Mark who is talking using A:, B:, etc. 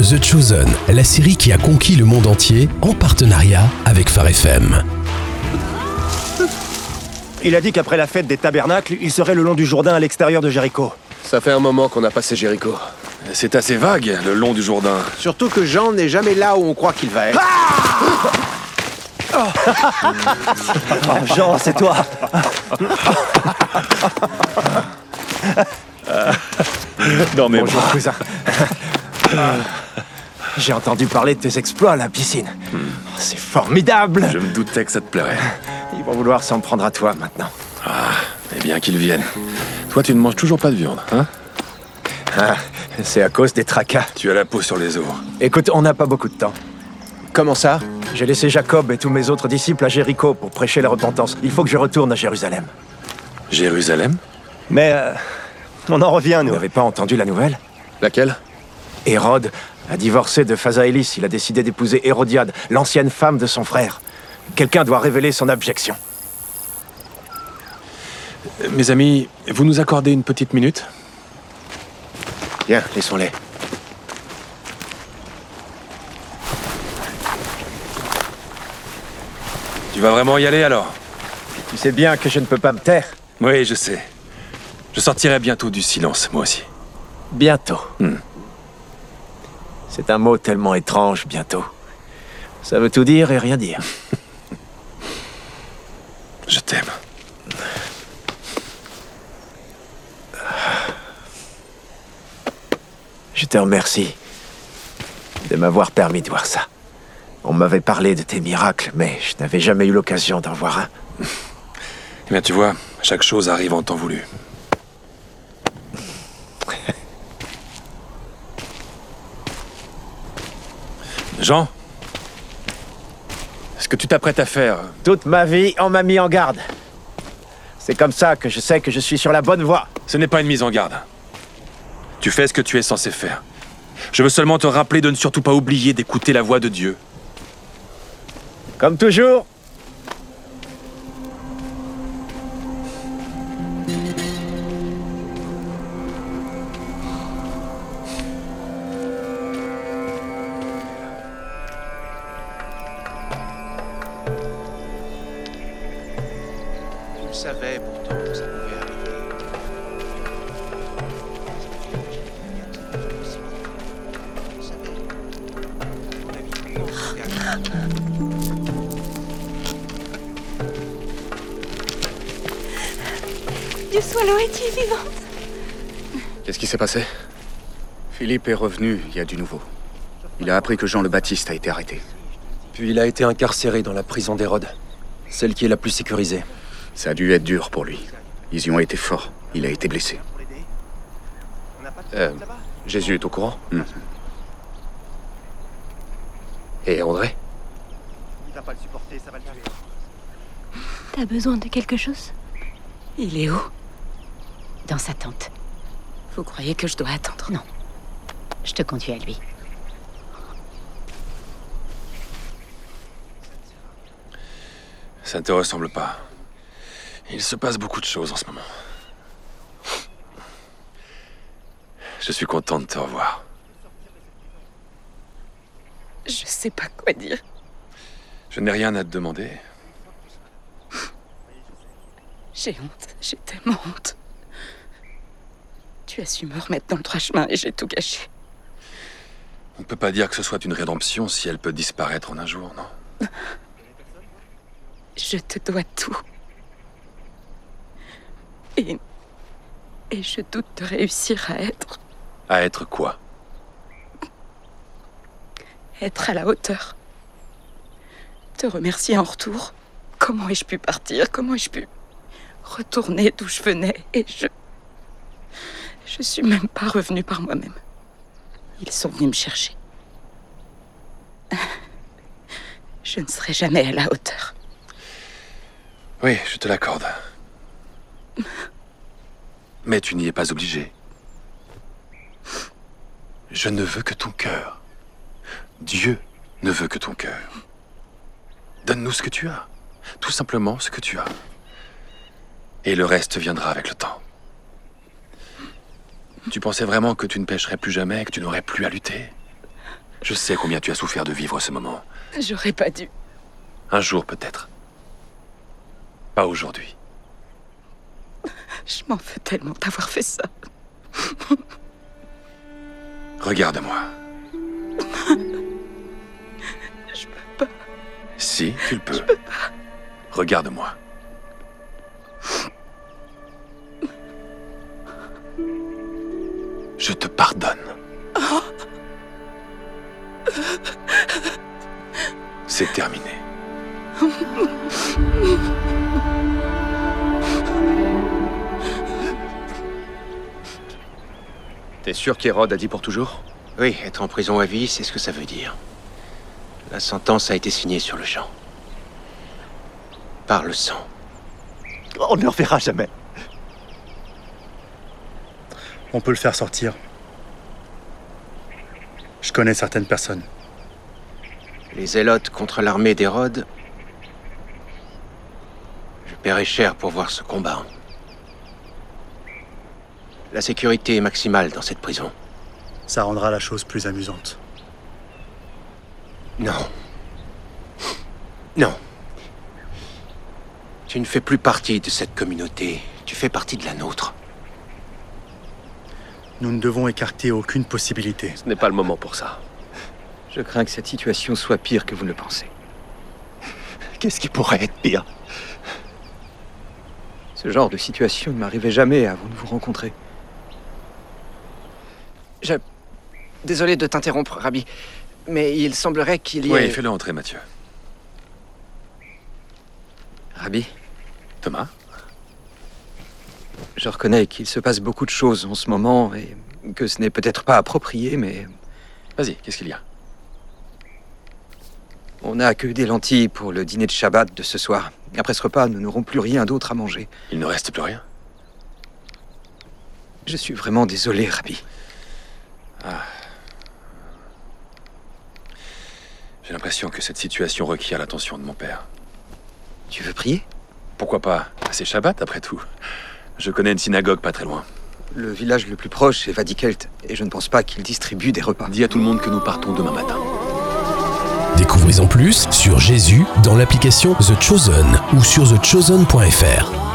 A: The Chosen, la série qui a conquis le monde entier en partenariat avec Phare FM.
B: Il a dit qu'après la fête des tabernacles, il serait le long du Jourdain à l'extérieur de Jéricho.
C: Ça fait un moment qu'on a passé Jéricho. C'est assez vague, le long du Jourdain.
D: Surtout que Jean n'est jamais là où on croit qu'il va être.
B: Oh, Jean, c'est toi
E: Non mais
B: Bonjour, Ah. cousin. J'ai entendu parler de tes exploits à la piscine. Oh, C'est formidable
C: Je me doutais que ça te plairait.
B: Ils vont vouloir s'en prendre à toi maintenant.
C: Eh bien qu'ils viennent. Toi, tu ne manges toujours pas de viande, hein
B: Ah, c'est à cause des tracas.
C: Tu as la peau sur les os.
B: Écoute, on n'a pas beaucoup de temps.
D: Comment ça
B: J'ai laissé Jacob et tous mes autres disciples à Jéricho pour prêcher la repentance. Il faut que je retourne à Jérusalem.
C: Jérusalem
B: Mais euh, on en revient, nous. Vous n'avez pas entendu la nouvelle
C: Laquelle
B: Hérode a divorcé de Phasaélis. Il a décidé d'épouser Hérodiade, l'ancienne femme de son frère. Quelqu'un doit révéler son abjection.
C: Euh, Mes amis, vous nous accordez une petite minute
D: Viens, laissons-les.
C: Tu vas vraiment y aller alors
B: Tu sais bien que je ne peux pas me taire.
C: Oui, je sais. Je sortirai bientôt du silence, moi aussi.
B: Bientôt. C'est un mot tellement étrange, bientôt. Ça veut tout dire et rien dire.
C: Je t'aime.
B: Je te remercie de m'avoir permis de voir ça. On m'avait parlé de tes miracles, mais je n'avais jamais eu l'occasion d'en voir un.
C: Eh bien, tu vois, chaque chose arrive en temps voulu. Jean Ce que tu t'apprêtes à faire,
B: Toute ma vie, on m'a mis en garde. C'est comme ça que je sais que je suis sur la bonne voie.
C: ce n'est pas une mise en garde. Tu fais ce que tu es censé faire. Je veux seulement te rappeler de ne surtout pas oublier d'écouter la voix de Dieu.
B: Comme toujours.
D: Tu le savais pourtant que ça pouvait arriver.
F: Du Swallow est-il vivant
C: Qu'est-ce qui s'est passé
G: Philippe est revenu, il y a du nouveau. Il a appris que Jean le Baptiste a été arrêté.
H: Puis il a été incarcéré dans la prison d'Hérode, celle qui est la plus sécurisée.
G: Ça a dû être dur pour lui. Ils y ont été forts. Il a été blessé.
D: hein,
C: Euh, Jésus est au courant
G: Mhm.
C: Et André
F: T'as besoin de quelque chose
I: Il est où Dans sa tente. Vous croyez que je dois attendre Non. Je te conduis à lui.
C: Ça ne te ressemble pas. Il se passe beaucoup de choses en ce moment. Je suis content de te revoir.
I: Je sais pas quoi dire.
C: Je n'ai rien à te demander.
I: J'ai honte. J'ai tellement honte. Tu as su me remettre dans le droit chemin et j'ai tout gâché.
C: On ne peut pas dire que ce soit une rédemption si elle peut disparaître en un jour, non
I: Je te dois tout. Et. Et je doute de réussir à être.
C: À être quoi
I: être à la hauteur. Te remercier en retour. Comment ai-je pu partir Comment ai-je pu retourner d'où je venais Et je. Je suis même pas revenue par moi-même. Ils sont venus me chercher. Je ne serai jamais à la hauteur.
C: Oui, je te l'accorde. Mais tu n'y es pas obligé. Je ne veux que ton cœur. Dieu ne veut que ton cœur. Donne-nous ce que tu as. Tout simplement ce que tu as. Et le reste viendra avec le temps. Tu pensais vraiment que tu ne pêcherais plus jamais et que tu n'aurais plus à lutter Je sais combien tu as souffert de vivre ce moment.
I: J'aurais pas dû.
C: Un jour peut-être. Pas aujourd'hui.
I: Je m'en veux tellement d'avoir fait ça.
C: Regarde-moi.
I: Je peux pas.
C: Si, tu le peux. Regarde-moi. Je te pardonne. C'est terminé.
G: T'es sûr qu'Hérode a dit pour toujours
B: Oui, être en prison à vie, c'est ce que ça veut dire. La sentence a été signée sur le champ. Par le sang. On ne le reverra jamais.
G: On peut le faire sortir. Je connais certaines personnes.
B: Les zélotes contre l'armée d'Hérode. Je paierai cher pour voir ce combat. La sécurité est maximale dans cette prison.
G: Ça rendra la chose plus amusante.
B: Non. Non. Tu ne fais plus partie de cette communauté. Tu fais partie de la nôtre.
G: Nous ne devons écarter aucune possibilité.
H: Ce n'est pas le moment pour ça.
J: Je crains que cette situation soit pire que vous ne le pensez.
B: Qu'est-ce qui pourrait être pire
J: Ce genre de situation ne m'arrivait jamais avant de vous rencontrer.
K: Je. Désolé de t'interrompre, Rabbi, mais il semblerait qu'il y ait.
C: Oui, fais-le entrer, Mathieu.
K: Rabbi,
C: Thomas
K: je reconnais qu'il se passe beaucoup de choses en ce moment et que ce n'est peut-être pas approprié, mais
C: Vas-y, qu'est-ce qu'il y a
K: on n'a que des lentilles pour le dîner de Shabbat de ce soir. Après ce repas, nous n'aurons plus rien d'autre à manger.
C: Il ne reste plus rien.
K: Je suis vraiment désolé, Rabbi.
C: J'ai l'impression que cette situation requiert l'attention de mon père.
K: Tu veux prier
C: Pourquoi pas C'est Shabbat, après tout. Je connais une synagogue pas très loin.
K: Le village le plus proche est Vadikelt, et je ne pense pas qu'il distribue des repas.
C: Dis à tout le monde que nous partons demain matin.
A: Découvrez en plus sur Jésus dans l'application The Chosen ou sur thechosen.fr.